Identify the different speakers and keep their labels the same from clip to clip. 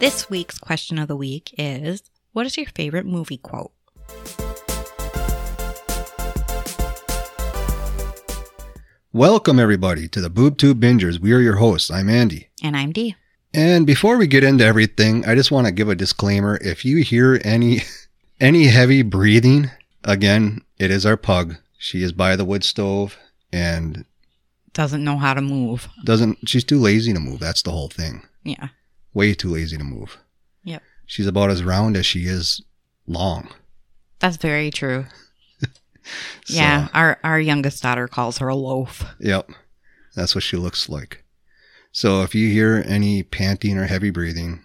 Speaker 1: This week's question of the week is What is your favorite movie quote?
Speaker 2: Welcome, everybody, to the Boob Tube Bingers. We are your hosts. I'm Andy.
Speaker 1: And I'm Dee.
Speaker 2: And before we get into everything, I just want to give a disclaimer. If you hear any any heavy breathing, again, it is our pug. She is by the wood stove and
Speaker 1: Doesn't know how to move.
Speaker 2: doesn't she's too lazy to move. That's the whole thing.
Speaker 1: Yeah.
Speaker 2: Way too lazy to move.
Speaker 1: Yep.
Speaker 2: She's about as round as she is long.
Speaker 1: That's very true.
Speaker 2: So,
Speaker 1: Yeah. Our, our youngest daughter calls her a loaf.
Speaker 2: Yep. That's what she looks like. So if you hear any panting or heavy breathing,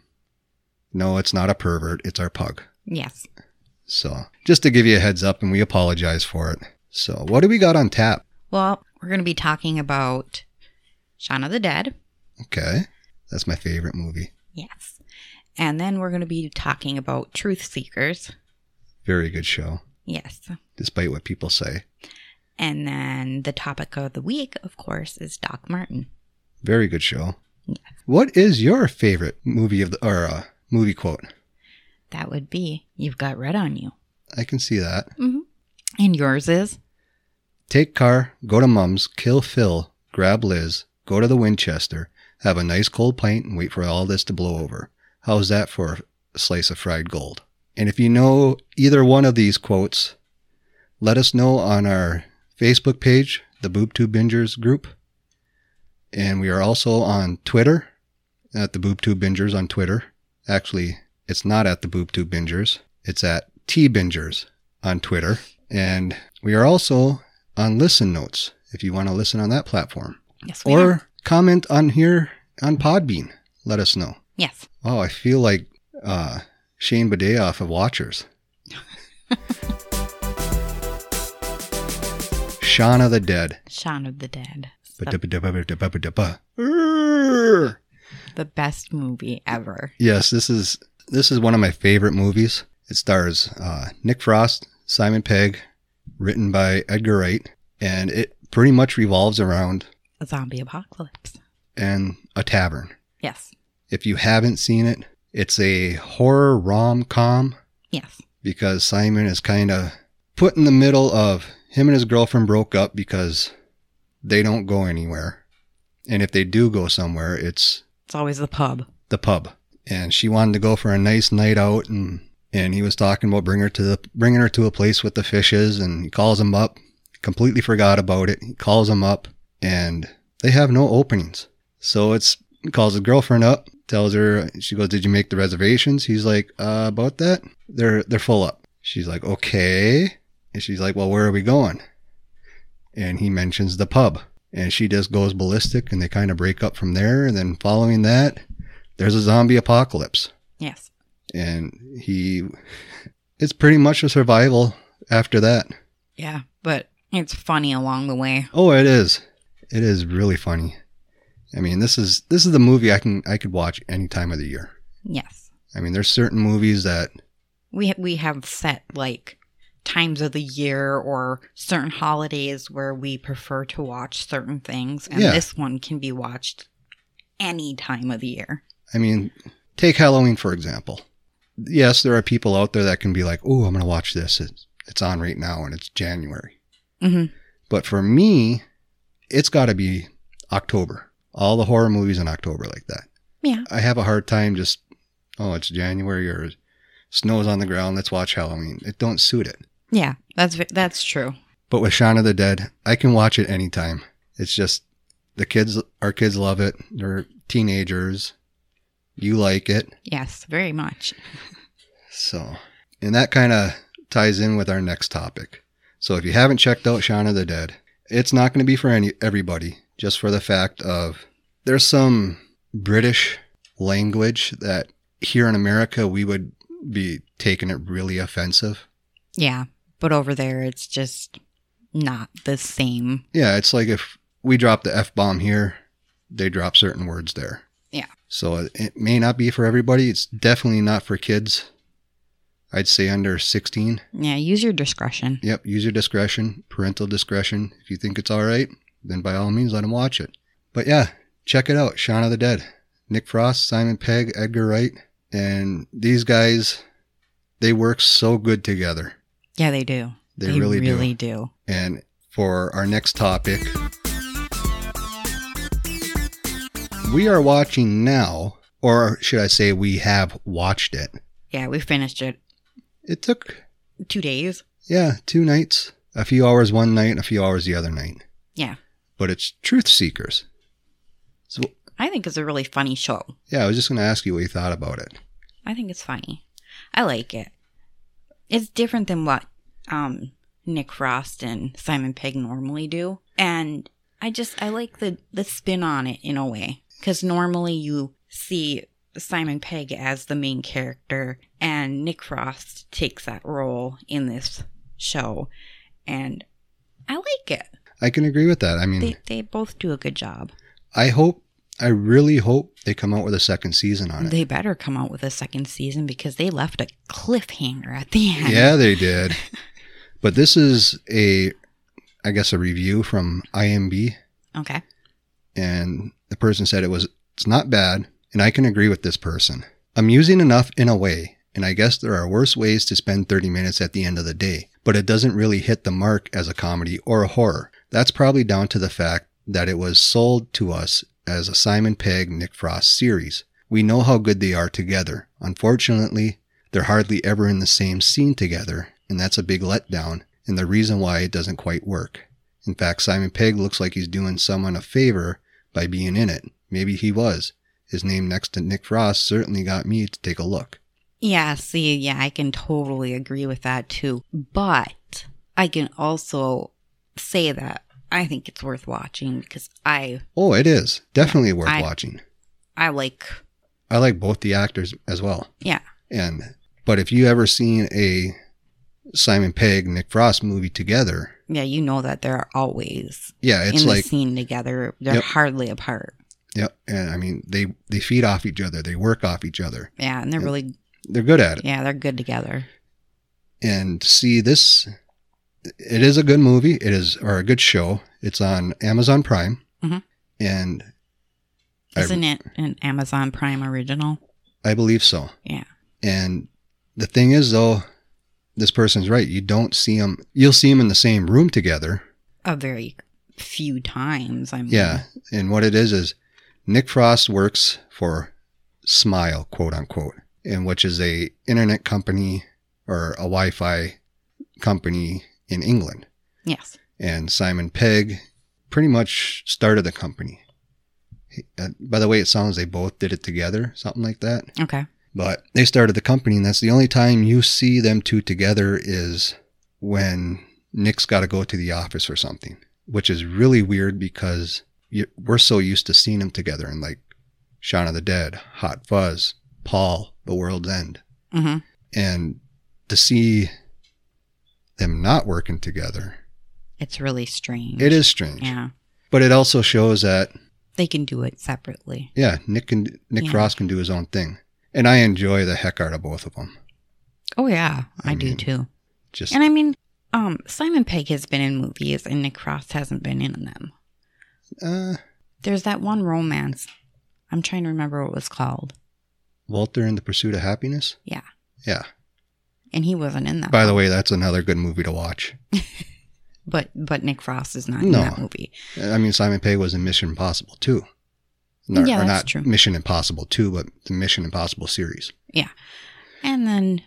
Speaker 2: no, it's not a pervert. It's our pug.
Speaker 1: Yes.
Speaker 2: So just to give you a heads up, and we apologize for it. So what do we got on tap?
Speaker 1: Well, we're going to be talking about Shaun of the Dead.
Speaker 2: Okay. That's my favorite movie.
Speaker 1: Yes. And then we're going to be talking about Truth Seekers.
Speaker 2: Very good show,
Speaker 1: Yes.
Speaker 2: despite what people say.
Speaker 1: And then the topic of the week, of course, is Doc Martin.
Speaker 2: Very good show. What is your favorite movie of the or uh, movie quote?
Speaker 1: That would be You've Got Red on You.
Speaker 2: I can see that.
Speaker 1: Mm-hmm. And yours is?
Speaker 2: Take car, go to mum's, kill Phil, grab Liz, go to the Winchester, have a nice cold pint, and wait for all this to blow over. How's that for a slice of fried gold? And if you know either one of these quotes, let us know on our Facebook page, the BoobTube Bingers group. And we are also on Twitter, at the BoobTube Bingers on Twitter. Actually, it's not at the BoobTube Bingers, it's at T Bingers on Twitter. And we are also on Listen Notes if you want to listen on that platform.
Speaker 1: Yes, we are.
Speaker 2: Or comment on here on Podbean. Let us know.
Speaker 1: Yes.
Speaker 2: Wow, I feel like uh, Shane Bidet off of Watchers. Shaun of the Dead.
Speaker 1: Shaun of the Dead. It's The,
Speaker 2: Ba-da-ba-da-ba-da-ba-da-ba.
Speaker 1: the best movie ever.
Speaker 2: Yes, this is this is one of my favorite movies. It stars uh, Nick Frost, Simon Pegg, written by Edgar Wright, and it pretty much revolves around
Speaker 1: A zombie apocalypse.
Speaker 2: and a tavern.
Speaker 1: Yes.
Speaker 2: If you haven't seen it, it's a horror rom com
Speaker 1: Yes.
Speaker 2: because Simon is kind of put in the middle of him and his girlfriend broke up because they don't go anywhere, and if they do go somewhere, it's
Speaker 1: It's always the pub.
Speaker 2: the pub and she wanted to go for a nice night out and and he was talking about bring her to the bringing her to a place with the fishes and he calls him up completely forgot about it he calls him up and they have no openings so it's he calls his girlfriend up tells her she goes did you make the reservations he's like uh, about that they're they're full up she's like okay and she's like well where are we going and he mentions the pub and she just goes ballistic and they kind of break up from there and then following that there's a zombie apocalypse
Speaker 1: Yes.
Speaker 2: and he it's pretty much a survival after that
Speaker 1: Yeah. But it's funny along the way.
Speaker 2: oh it is it is really funny i mean this is this is the movie i can i could watch any time of the year
Speaker 1: Yes.
Speaker 2: i mean there's certain movies that
Speaker 1: We, we have set like times of the year or certain holidays where we prefer to watch certain things. And
Speaker 2: Yeah.
Speaker 1: this one can be watched any time of the year.
Speaker 2: i mean take halloween for example yes there are people out there that can be like oh i'm gonna watch this it's, it's on right now and it's january
Speaker 1: hmm
Speaker 2: But for me, it's got to be October. All the horror movies in October like that.
Speaker 1: Yeah.
Speaker 2: I have a hard time just, oh, it's January or snow's on the ground. Let's watch Halloween. It don't suit it.
Speaker 1: Yeah. That's, ve- that's true.
Speaker 2: But with Shaun of the Dead, I can watch it anytime. It's just the kids, our kids love it. They're teenagers. You like it.
Speaker 1: Yes. Very much.
Speaker 2: So, and that kind of ties in with our next topic. So, if you haven't checked out Shaun of the Dead, it's not going to be for any everybody, just for the fact of there's some British language that here in America we would be taking it really offensive.
Speaker 1: Yeah, but over there it's just not the same.
Speaker 2: Yeah, it's like if we drop the F bomb here, they drop certain words there.
Speaker 1: Yeah.
Speaker 2: So it, it may not be for everybody. It's definitely not for kids. I'd say under 16.
Speaker 1: Yeah, use your discretion.
Speaker 2: Yep, use your discretion, parental discretion. If you think it's all right, then by all means let them watch it. But yeah, check it out. Shaun of the Dead. Nick Frost, Simon Pegg, Edgar Wright. And these guys, they work so good together.
Speaker 1: Yeah, they do.
Speaker 2: They, really, do.
Speaker 1: do.
Speaker 2: And for our next topic, we are watching now, or should I say, we have watched it.
Speaker 1: Yeah, we finished it
Speaker 2: It took,
Speaker 1: two days.
Speaker 2: yeah, two nights, a few hours one night, and a few hours the other night.
Speaker 1: Yeah.
Speaker 2: But it's Truth Seekers. So,
Speaker 1: I think it's a really funny show.
Speaker 2: yeah, I was just going to ask you what you thought about it.
Speaker 1: I think it's funny. I like it. It's different than what um, Nick Frost and Simon Pegg normally do, and I just I like the the spin on it in a way because normally you see Simon Pegg as the main character, and Nick Frost takes that role in this show, and I like it.
Speaker 2: I can agree with that. I mean,
Speaker 1: They they both do a good job.
Speaker 2: I hope, I really hope they come out with a second season on it.
Speaker 1: They better come out with a second season because they left a cliffhanger at the end.
Speaker 2: yeah, they did. But this is a, I guess, a review from IMB,
Speaker 1: Okay.
Speaker 2: and the person said it was it's not bad, and I can agree with this person. Amusing enough in a way, and I guess there are worse ways to spend 30 minutes at the end of the day. But it doesn't really hit the mark as a comedy or a horror. That's probably down to the fact that it was sold to us as a Simon Pegg Nick Frost series. We know how good they are together. Unfortunately, they're hardly ever in the same scene together, and that's a big letdown, and the reason why it doesn't quite work. In fact, Simon Pegg looks like he's doing someone a favor by being in it. Maybe he was. His name next to Nick Frost certainly got me to take a look.
Speaker 1: Yeah, see, yeah, I can totally agree with that too. But I can also say that I think it's worth watching because I
Speaker 2: Oh, it is. Definitely worth
Speaker 1: I-
Speaker 2: watching.
Speaker 1: I like
Speaker 2: I like both the actors as well.
Speaker 1: yeah.
Speaker 2: And but if you ever seen a Simon Pegg Nick Frost movie together,
Speaker 1: Yeah, you know that they're always
Speaker 2: yeah, it's
Speaker 1: in
Speaker 2: like
Speaker 1: the scene together. They're
Speaker 2: Yep.
Speaker 1: hardly apart.
Speaker 2: yeah, and I mean they they feed off each other, they work off each other.
Speaker 1: Yeah, and they're
Speaker 2: Yep.
Speaker 1: really
Speaker 2: They're good at it.
Speaker 1: yeah, they're good together.
Speaker 2: and see this it is a good movie it is or a good show it's on amazon prime
Speaker 1: Mhm.
Speaker 2: and I-
Speaker 1: Isn't it an Amazon Prime original?
Speaker 2: i believe so
Speaker 1: Yeah.
Speaker 2: and the thing is though this person's right you don't see them you'll see them in the same room together
Speaker 1: A very few times. I mean
Speaker 2: yeah and what it is is nick frost works for smile quote unquote and which is a internet company or a wi-fi company in england
Speaker 1: Yes.
Speaker 2: and Simon Pegg pretty much started the company. He- uh, By the way, it sounds they both did it together, something like that.
Speaker 1: Okay.
Speaker 2: But they started the company, and that's the only time you see them two together is when Nick's got to go to the office for something, which is really weird because you, we're so used to seeing them together in like Shaun of the Dead, Hot Fuzz, Paul, The World's End.
Speaker 1: Mm-hmm.
Speaker 2: And to see them not working together,
Speaker 1: It's really strange.
Speaker 2: it is strange.
Speaker 1: Yeah.
Speaker 2: But it also shows that
Speaker 1: They can do it separately.
Speaker 2: yeah, Nick can Nick
Speaker 1: Yeah.
Speaker 2: Frost can do his own thing, and I enjoy the heck out of both of them.
Speaker 1: Oh yeah,
Speaker 2: I
Speaker 1: I do
Speaker 2: mean,
Speaker 1: too.
Speaker 2: Just
Speaker 1: And I mean, um, Simon Pegg has been in movies and Nick Frost hasn't been in them.
Speaker 2: uh,
Speaker 1: There's that one romance. I'm trying to remember what it was called.
Speaker 2: Walter in the Pursuit of Happiness.
Speaker 1: Yeah.
Speaker 2: Yeah.
Speaker 1: And he wasn't in that.
Speaker 2: By the way, that's another good movie to watch.
Speaker 1: But but Nick Frost is not in
Speaker 2: No.
Speaker 1: that movie.
Speaker 2: I mean, Simon Pegg was in Mission Impossible too. Not,
Speaker 1: Yeah,
Speaker 2: or
Speaker 1: that's
Speaker 2: not
Speaker 1: true.
Speaker 2: Mission Impossible two, but the Mission Impossible series.
Speaker 1: And then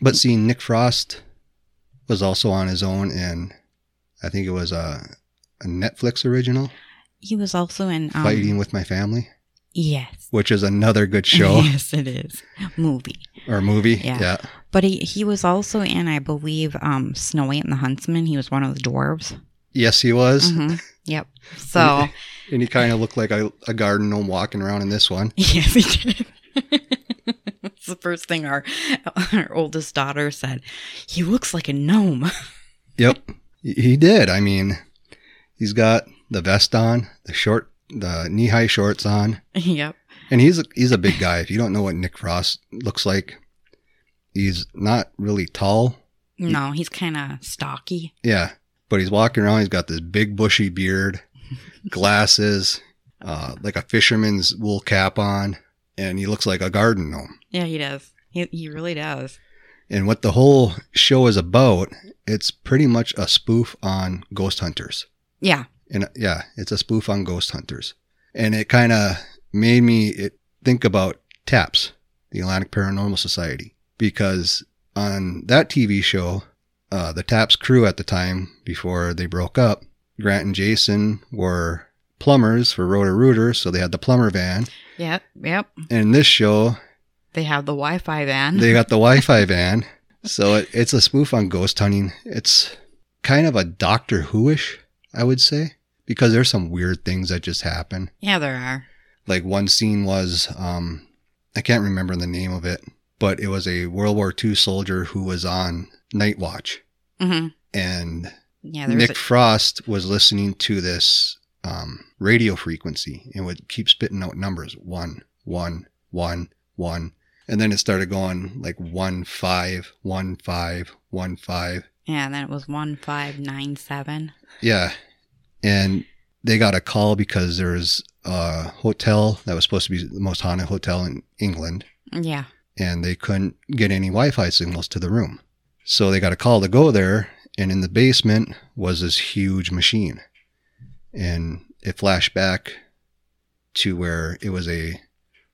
Speaker 2: But seeing Nick Frost was also on his own, and I think it was a, a Netflix original,
Speaker 1: he was also in um,
Speaker 2: Fighting with My Family,
Speaker 1: Yes.
Speaker 2: which is another good show
Speaker 1: yes, it is. Movie.
Speaker 2: or movie.
Speaker 1: Yeah.
Speaker 2: yeah.
Speaker 1: But he, he was also in, I believe, um, Snow White and the Huntsman. He was one of the dwarves.
Speaker 2: Yes, he was.
Speaker 1: hmm Yep. So
Speaker 2: And he kind of looked like a, a garden gnome walking around in this one.
Speaker 1: Yes, he did. It's the first thing our our oldest daughter said. He looks like a gnome.
Speaker 2: Yep. He- He did. I mean, he's got the vest on, the short, the knee high shorts on,
Speaker 1: yep.
Speaker 2: and he's a, he's a big guy. If you don't know what Nick Frost looks like, he's not really tall.
Speaker 1: No, he's kind of stocky.
Speaker 2: Yeah. But he's walking around. He's got this big bushy beard, glasses, uh, like a fisherman's wool cap on. and he looks like a garden gnome.
Speaker 1: Yeah, he does. He, he really does.
Speaker 2: And what the whole show is about, it's pretty much a spoof on ghost hunters.
Speaker 1: Yeah.
Speaker 2: And uh, yeah, it's a spoof on ghost hunters. And it kind of made me it, think about TAPS, the Atlantic Paranormal Society, because on that TV show, uh, the TAPS crew at the time, before they broke up, Grant and Jason were plumbers for Roto Rooter, so they had the plumber van.
Speaker 1: Yep. Yep.
Speaker 2: And in this show,
Speaker 1: They have the Wi Fi van.
Speaker 2: they got the Wi-Fi van. So it, it's a spoof on ghost hunting. It's kind of a Doctor Who-ish, I would say, because there's some weird things that just happen.
Speaker 1: yeah, there are.
Speaker 2: Like one scene was, um, I can't remember the name of it, but it was a World War II soldier who was on night watch,
Speaker 1: hmm
Speaker 2: and
Speaker 1: Yeah, there's
Speaker 2: Nick Frost was listening to this um, radio frequency and would keep spitting out numbers one, one, one, one. And then it started going like one, five, one, five, one, five.
Speaker 1: a, yeah. And then it was one five nine seven.
Speaker 2: Yeah. And they got a call because there was a hotel that was supposed to be the most haunted hotel in England
Speaker 1: Yeah.
Speaker 2: and they couldn't get any Wi Fi signals to the room. So they got a call to go there, and in the basement was this huge machine. And it flashed back to where it was a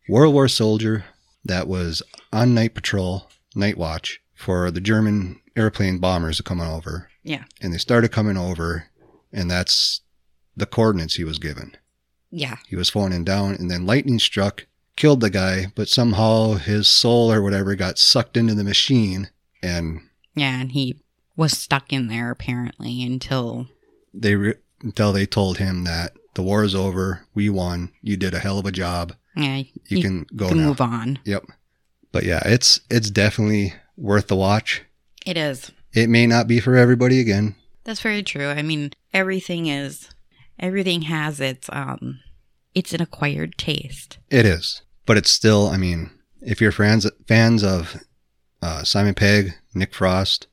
Speaker 2: World War soldier that was on night patrol, night watch for the German airplane bombers coming over.
Speaker 1: Yeah.
Speaker 2: And they started coming over, and that's the coordinates he was given.
Speaker 1: Yeah.
Speaker 2: He was falling down, and then lightning struck, killed the guy, but somehow his soul or whatever got sucked into the machine, and
Speaker 1: Yeah. And he was stuck in there apparently until
Speaker 2: they re- until they told him that the war is over, we won, you did a hell of a job,
Speaker 1: yeah, you,
Speaker 2: you, can go
Speaker 1: can
Speaker 2: now.
Speaker 1: move on.
Speaker 2: Yep. But yeah, it's it's definitely worth the watch.
Speaker 1: It is.
Speaker 2: It may not be for everybody again.
Speaker 1: That's very true. I mean, everything is everything has its um it's an acquired taste.
Speaker 2: It is, but it's still. I mean, if you're fans fans of uh, Simon Pegg, Nick Frost,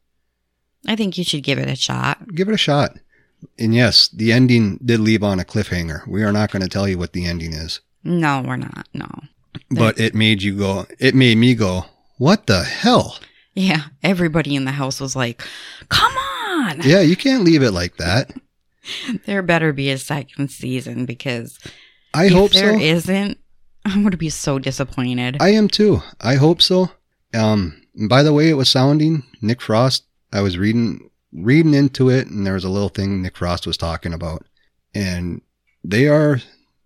Speaker 1: I think you should give it a shot.
Speaker 2: give it a shot. And yes, the ending did leave on a cliffhanger. We are not going to tell you what the ending is,
Speaker 1: No, we're not. No.
Speaker 2: but it made you go, it made me go, what the hell?
Speaker 1: Yeah, everybody in the house was like, "Come on.
Speaker 2: Yeah, you can't leave it like that.
Speaker 1: There better be a second season because
Speaker 2: I
Speaker 1: if
Speaker 2: hope
Speaker 1: there
Speaker 2: so.
Speaker 1: not I'm going to be so disappointed."
Speaker 2: I am too. I hope so. Um, and by the way, it was sounding Nick Frost. I was reading, reading into it and there was a little thing Nick Frost was talking about and they are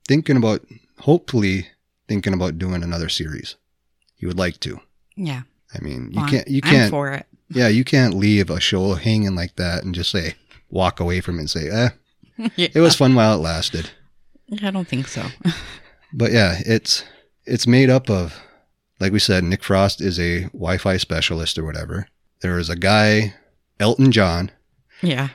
Speaker 2: thinking about, hopefully thinking about doing another series. He would like to.
Speaker 1: yeah.
Speaker 2: I mean, you
Speaker 1: well,
Speaker 2: can't, you
Speaker 1: I'm
Speaker 2: can't,
Speaker 1: for it.
Speaker 2: Yeah, you can't leave a show hanging like that and just say walk away from it and say, "Eh,
Speaker 1: Yeah.
Speaker 2: it was fun while it lasted."
Speaker 1: I don't think so.
Speaker 2: But yeah, it's it's made up of like we said Nick Frost is a Wi-Fi specialist or whatever. There is a guy Elton John
Speaker 1: yeah.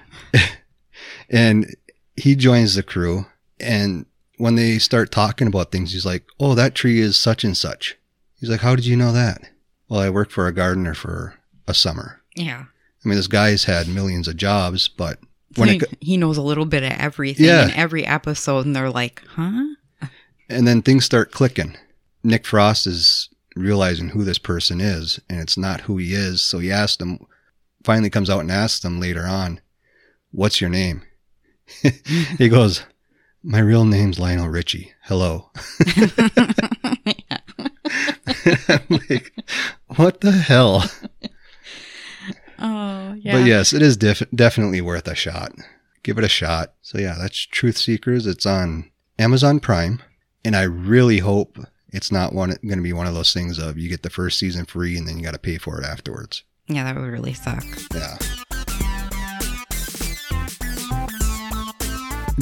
Speaker 2: and he joins the crew and when they start talking about things he's like, "Oh, that tree is such and such." He's like, "How did you know that?" Well, I worked for a gardener for a summer.
Speaker 1: Yeah.
Speaker 2: I mean, this guy's had millions of jobs, but when it,
Speaker 1: he, he knows a little bit of everything
Speaker 2: Yeah.
Speaker 1: in every episode, and they're like, huh?
Speaker 2: And then things start clicking. Nick Frost is realizing who this person is, and it's not who he is. So he asks them, finally comes out and asks them later on, What's your name? he goes, My real name's Lionel Richie. Hello.
Speaker 1: Yeah.
Speaker 2: I'm like, what the hell?
Speaker 1: Oh, yeah.
Speaker 2: But yes, it is def- definitely worth a shot. Give it a shot. So yeah, that's Truth Seekers. It's on Amazon Prime, and I really hope it's not one going to be one of those things of you get the first season free and then you got to pay for it afterwards.
Speaker 1: Yeah, that would really suck.
Speaker 2: Yeah.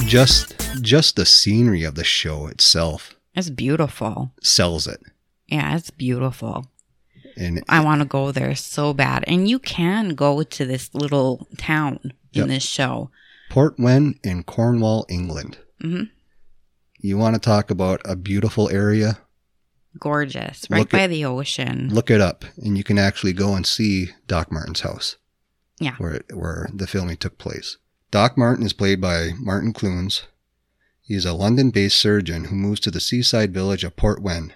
Speaker 2: Just just the scenery of the show itself
Speaker 1: It's beautiful.
Speaker 2: sells it.
Speaker 1: Yeah, it's beautiful.
Speaker 2: And
Speaker 1: I want to go there so bad. And you can go to this little town in
Speaker 2: Yep.
Speaker 1: this show.
Speaker 2: Port Wen in Cornwall, England.
Speaker 1: hmm
Speaker 2: You want to talk about a beautiful area?
Speaker 1: Gorgeous. Right
Speaker 2: Look at-
Speaker 1: by the ocean.
Speaker 2: look it up and you can actually go and see Doc Martin's house.
Speaker 1: Yeah.
Speaker 2: Where it, where the filming took place. Doc Martin is played by Martin Clunes. He is a London-based surgeon who moves to the seaside village of Port Wen,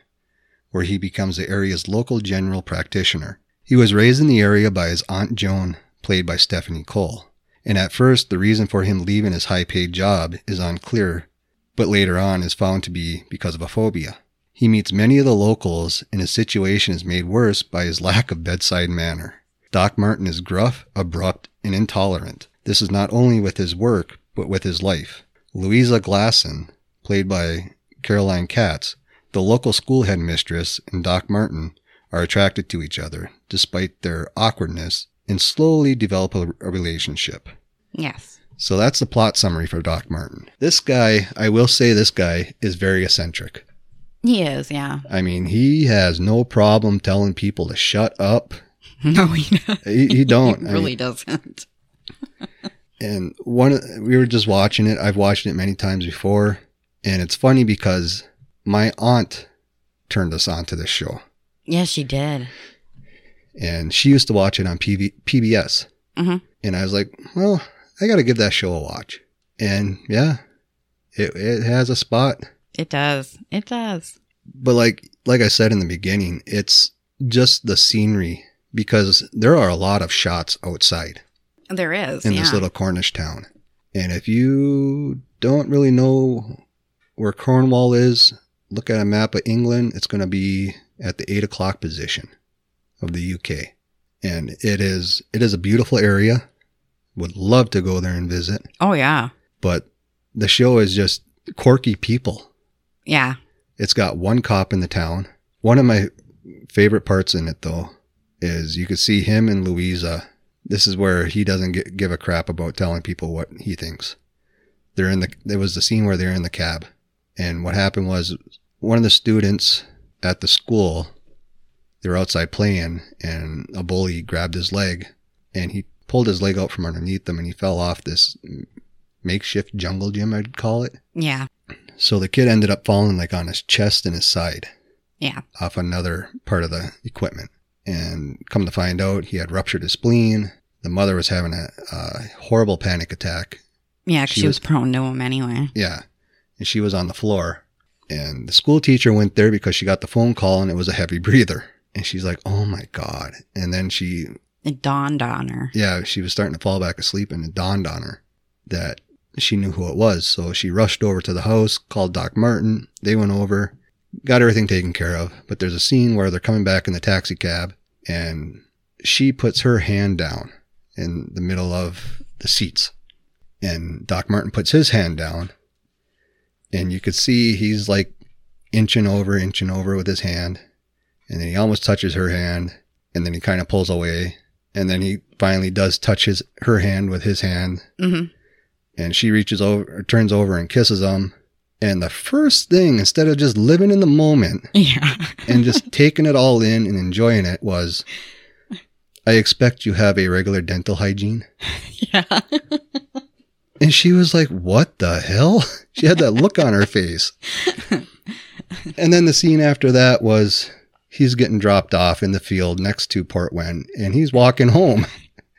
Speaker 2: where he becomes the area's local general practitioner. He was raised in the area by his Aunt Joan, played by Stephanie Cole. And at first, the reason for him leaving his high paid job is unclear, but later on is found to be because of a phobia. He meets many of the locals, and his situation is made worse by his lack of bedside manner. Doc Martin is gruff, abrupt, and intolerant. This is not only with his work, but with his life. Louisa Glasson, played by Caroline Katz, the local school headmistress, and Doc Martin are attracted to each other, despite their awkwardness, and slowly develop a, a relationship.
Speaker 1: Yes.
Speaker 2: So that's the plot summary for Doc Martin. This guy, I will say, this guy is very eccentric.
Speaker 1: He is, yeah.
Speaker 2: I mean, he has no problem telling people to shut up.
Speaker 1: No, he doesn't.
Speaker 2: He, he don't. I mean,
Speaker 1: really doesn't.
Speaker 2: and one of- we were just watching it i've watched it many times before and it's funny because my aunt turned us on to this show
Speaker 1: Yes, she did.
Speaker 2: and she used to watch it on PV- pbs
Speaker 1: Mhm.
Speaker 2: and i was like well i gotta give that show a watch and yeah it, it has a spot
Speaker 1: It does. It does.
Speaker 2: but like like i said in the beginning it's just the scenery because there are a lot of shots outside
Speaker 1: There is.
Speaker 2: in
Speaker 1: yeah.
Speaker 2: this little Cornish town. And if you don't really know where Cornwall is, look at a map of England. It's going to be at the eight o'clock position of the UK, and it is it is a beautiful area. Would love to go there and visit,
Speaker 1: oh yeah.
Speaker 2: but the show is just quirky people.
Speaker 1: Yeah.
Speaker 2: It's got one cop in the town. One of my favorite parts in it, though, is you could see him and Louisa. This is where he doesn't gi- give a crap about telling people what he thinks. They're in the. There was the scene where they're in the cab, and what happened was one of the students at the school, they were outside playing, and a bully grabbed his leg, and he pulled his leg out from underneath them, and he fell off this makeshift jungle gym, I'd call it.
Speaker 1: Yeah.
Speaker 2: So the kid ended up falling like on his chest and his side
Speaker 1: Yeah.
Speaker 2: off another part of the equipment. And come to find out, he had ruptured his spleen. The mother was having a, a horrible panic attack.
Speaker 1: Yeah. 'cause
Speaker 2: She
Speaker 1: she was prone to him anyway.
Speaker 2: Yeah. And she was on the floor. And the school teacher went there because she got the phone call and it was a heavy breather. And she's like, oh my God. And then she,
Speaker 1: It dawned on her.
Speaker 2: yeah, she was starting to fall back asleep and it dawned on her that she knew who it was. So she rushed over to the house, called Doc Martin. They went over, got everything taken care of. But there's a scene where they're coming back in the taxi cab and she puts her hand down in the middle of the seats. And Doc Martin puts his hand down. And you could see he's like inching over, inching over with his hand. And then he almost touches her hand. And then he kind of pulls away. And then he finally does touch his her hand with his hand
Speaker 1: hmm
Speaker 2: and she reaches over, or turns over and kisses him. And the first thing, instead of just living in the moment
Speaker 1: Yeah.
Speaker 2: and just taking it all in and enjoying it, was, I expect you have a regular dental hygiene.
Speaker 1: yeah.
Speaker 2: And she was like, What the hell? She had that look on her face. And then the scene after that was he's getting dropped off in the field next to Portwen and he's walking home.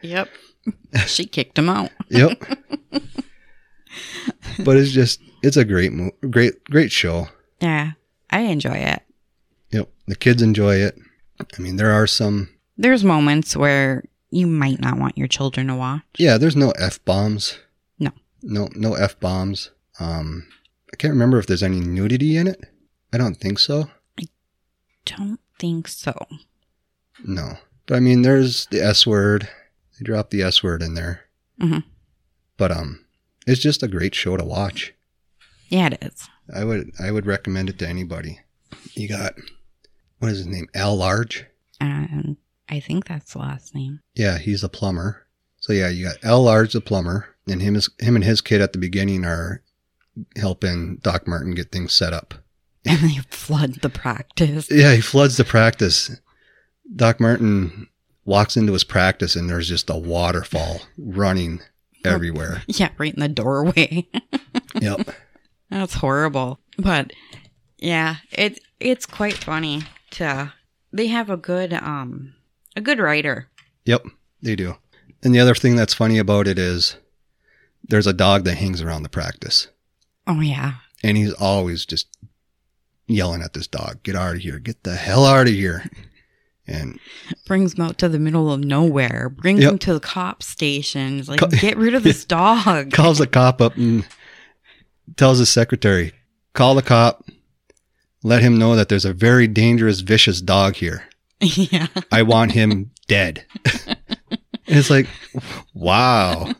Speaker 1: Yep. she kicked him out.
Speaker 2: Yep. but it's just, it's a great, mo- great, great show.
Speaker 1: Yeah. I enjoy it.
Speaker 2: Yep. The kids enjoy it. I mean, there are some,
Speaker 1: There's moments where you might not want your children to watch.
Speaker 2: yeah, there's no F bombs.
Speaker 1: No.
Speaker 2: No, no F bombs. Um, I can't remember if there's any nudity in it. I don't think so.
Speaker 1: Don't think so.
Speaker 2: No. But I mean, there's the S word. They drop the S word in there.
Speaker 1: Mhm.
Speaker 2: But, um, it's just a great show to watch.
Speaker 1: Yeah, it is.
Speaker 2: I would, I would recommend it to anybody. You got, what is his name? Al Large.
Speaker 1: And I think that's the last name.
Speaker 2: Yeah, he's a plumber. So yeah, you got L. Large, the plumber, and him is him and his kid at the beginning are helping Doc Martin get things set up.
Speaker 1: And they flood the practice.
Speaker 2: Yeah, he floods the practice. Doc Martin walks into his practice, and there's just a waterfall running everywhere.
Speaker 1: Yeah, right in the doorway.
Speaker 2: yep.
Speaker 1: That's horrible. But yeah, it it's quite funny to they have a good um a good writer.
Speaker 2: Yep, they do. And the other thing that's funny about it is there's a dog that hangs around the practice,
Speaker 1: Oh yeah.
Speaker 2: and he's always just yelling at this dog, get out of here, get the hell out of here. And
Speaker 1: Brings him out to the middle of nowhere. Brings
Speaker 2: Yep.
Speaker 1: him to the cop station. It's like,
Speaker 2: Co-
Speaker 1: get rid of this dog.
Speaker 2: calls the cop up and tells his secretary, call the cop, let him know that there's a very dangerous, vicious dog here.
Speaker 1: yeah.
Speaker 2: I want him dead. And it's like, wow.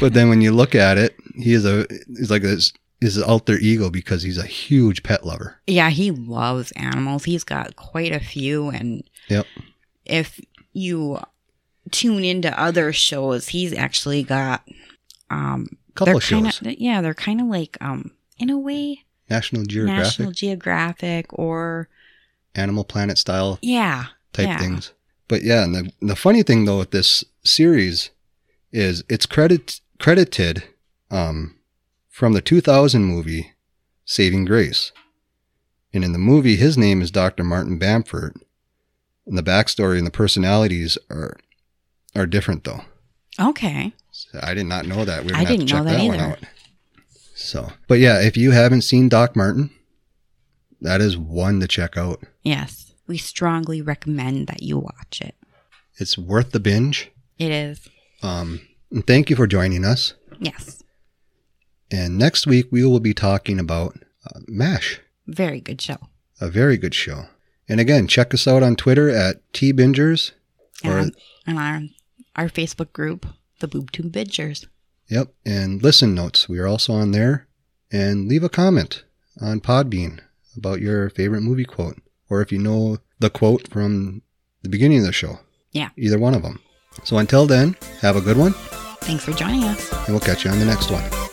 Speaker 2: But then when you look at it, he is a he's like his his alter ego because he's a huge pet lover.
Speaker 1: Yeah, he loves animals. He's got quite a few and
Speaker 2: Yep.
Speaker 1: if you tune into other shows, he's actually got um
Speaker 2: Couple
Speaker 1: they're
Speaker 2: of shows,
Speaker 1: kinda yeah, they're kinda like um in a way
Speaker 2: National Geographic,
Speaker 1: National Geographic or
Speaker 2: Animal Planet style
Speaker 1: yeah.
Speaker 2: type
Speaker 1: Yeah.
Speaker 2: things. But yeah, and the the funny thing though with this series is it's credit credited um, from the 2000 movie Saving Grace, and in the movie his name is Dr. Martin Bamford, and the backstory and the personalities are are different though.
Speaker 1: Okay.
Speaker 2: So I did not know that. We
Speaker 1: I
Speaker 2: gonna have to
Speaker 1: didn't know
Speaker 2: check
Speaker 1: that
Speaker 2: one
Speaker 1: either.
Speaker 2: out. So, but yeah, if you haven't seen Doc Martin, that is one to check out.
Speaker 1: Yes. We strongly recommend that you watch it.
Speaker 2: It's worth the binge.
Speaker 1: It is.
Speaker 2: Um, and thank you for joining us.
Speaker 1: Yes.
Speaker 2: And next week we will be talking about uh, MASH,
Speaker 1: Very good show.
Speaker 2: a very good show. And again, check us out on Twitter at tbingers. Or,
Speaker 1: And, and our our Facebook group, the Boob Tube Bidgers.
Speaker 2: Yep, and listen notes. We are also on there. And leave a comment on Podbean about your favorite movie quote, or if you know the quote from the beginning of the show.
Speaker 1: Yeah.
Speaker 2: Either one of them. So until then, have a good one,
Speaker 1: Thanks for joining us.
Speaker 2: and we'll catch you on the next one.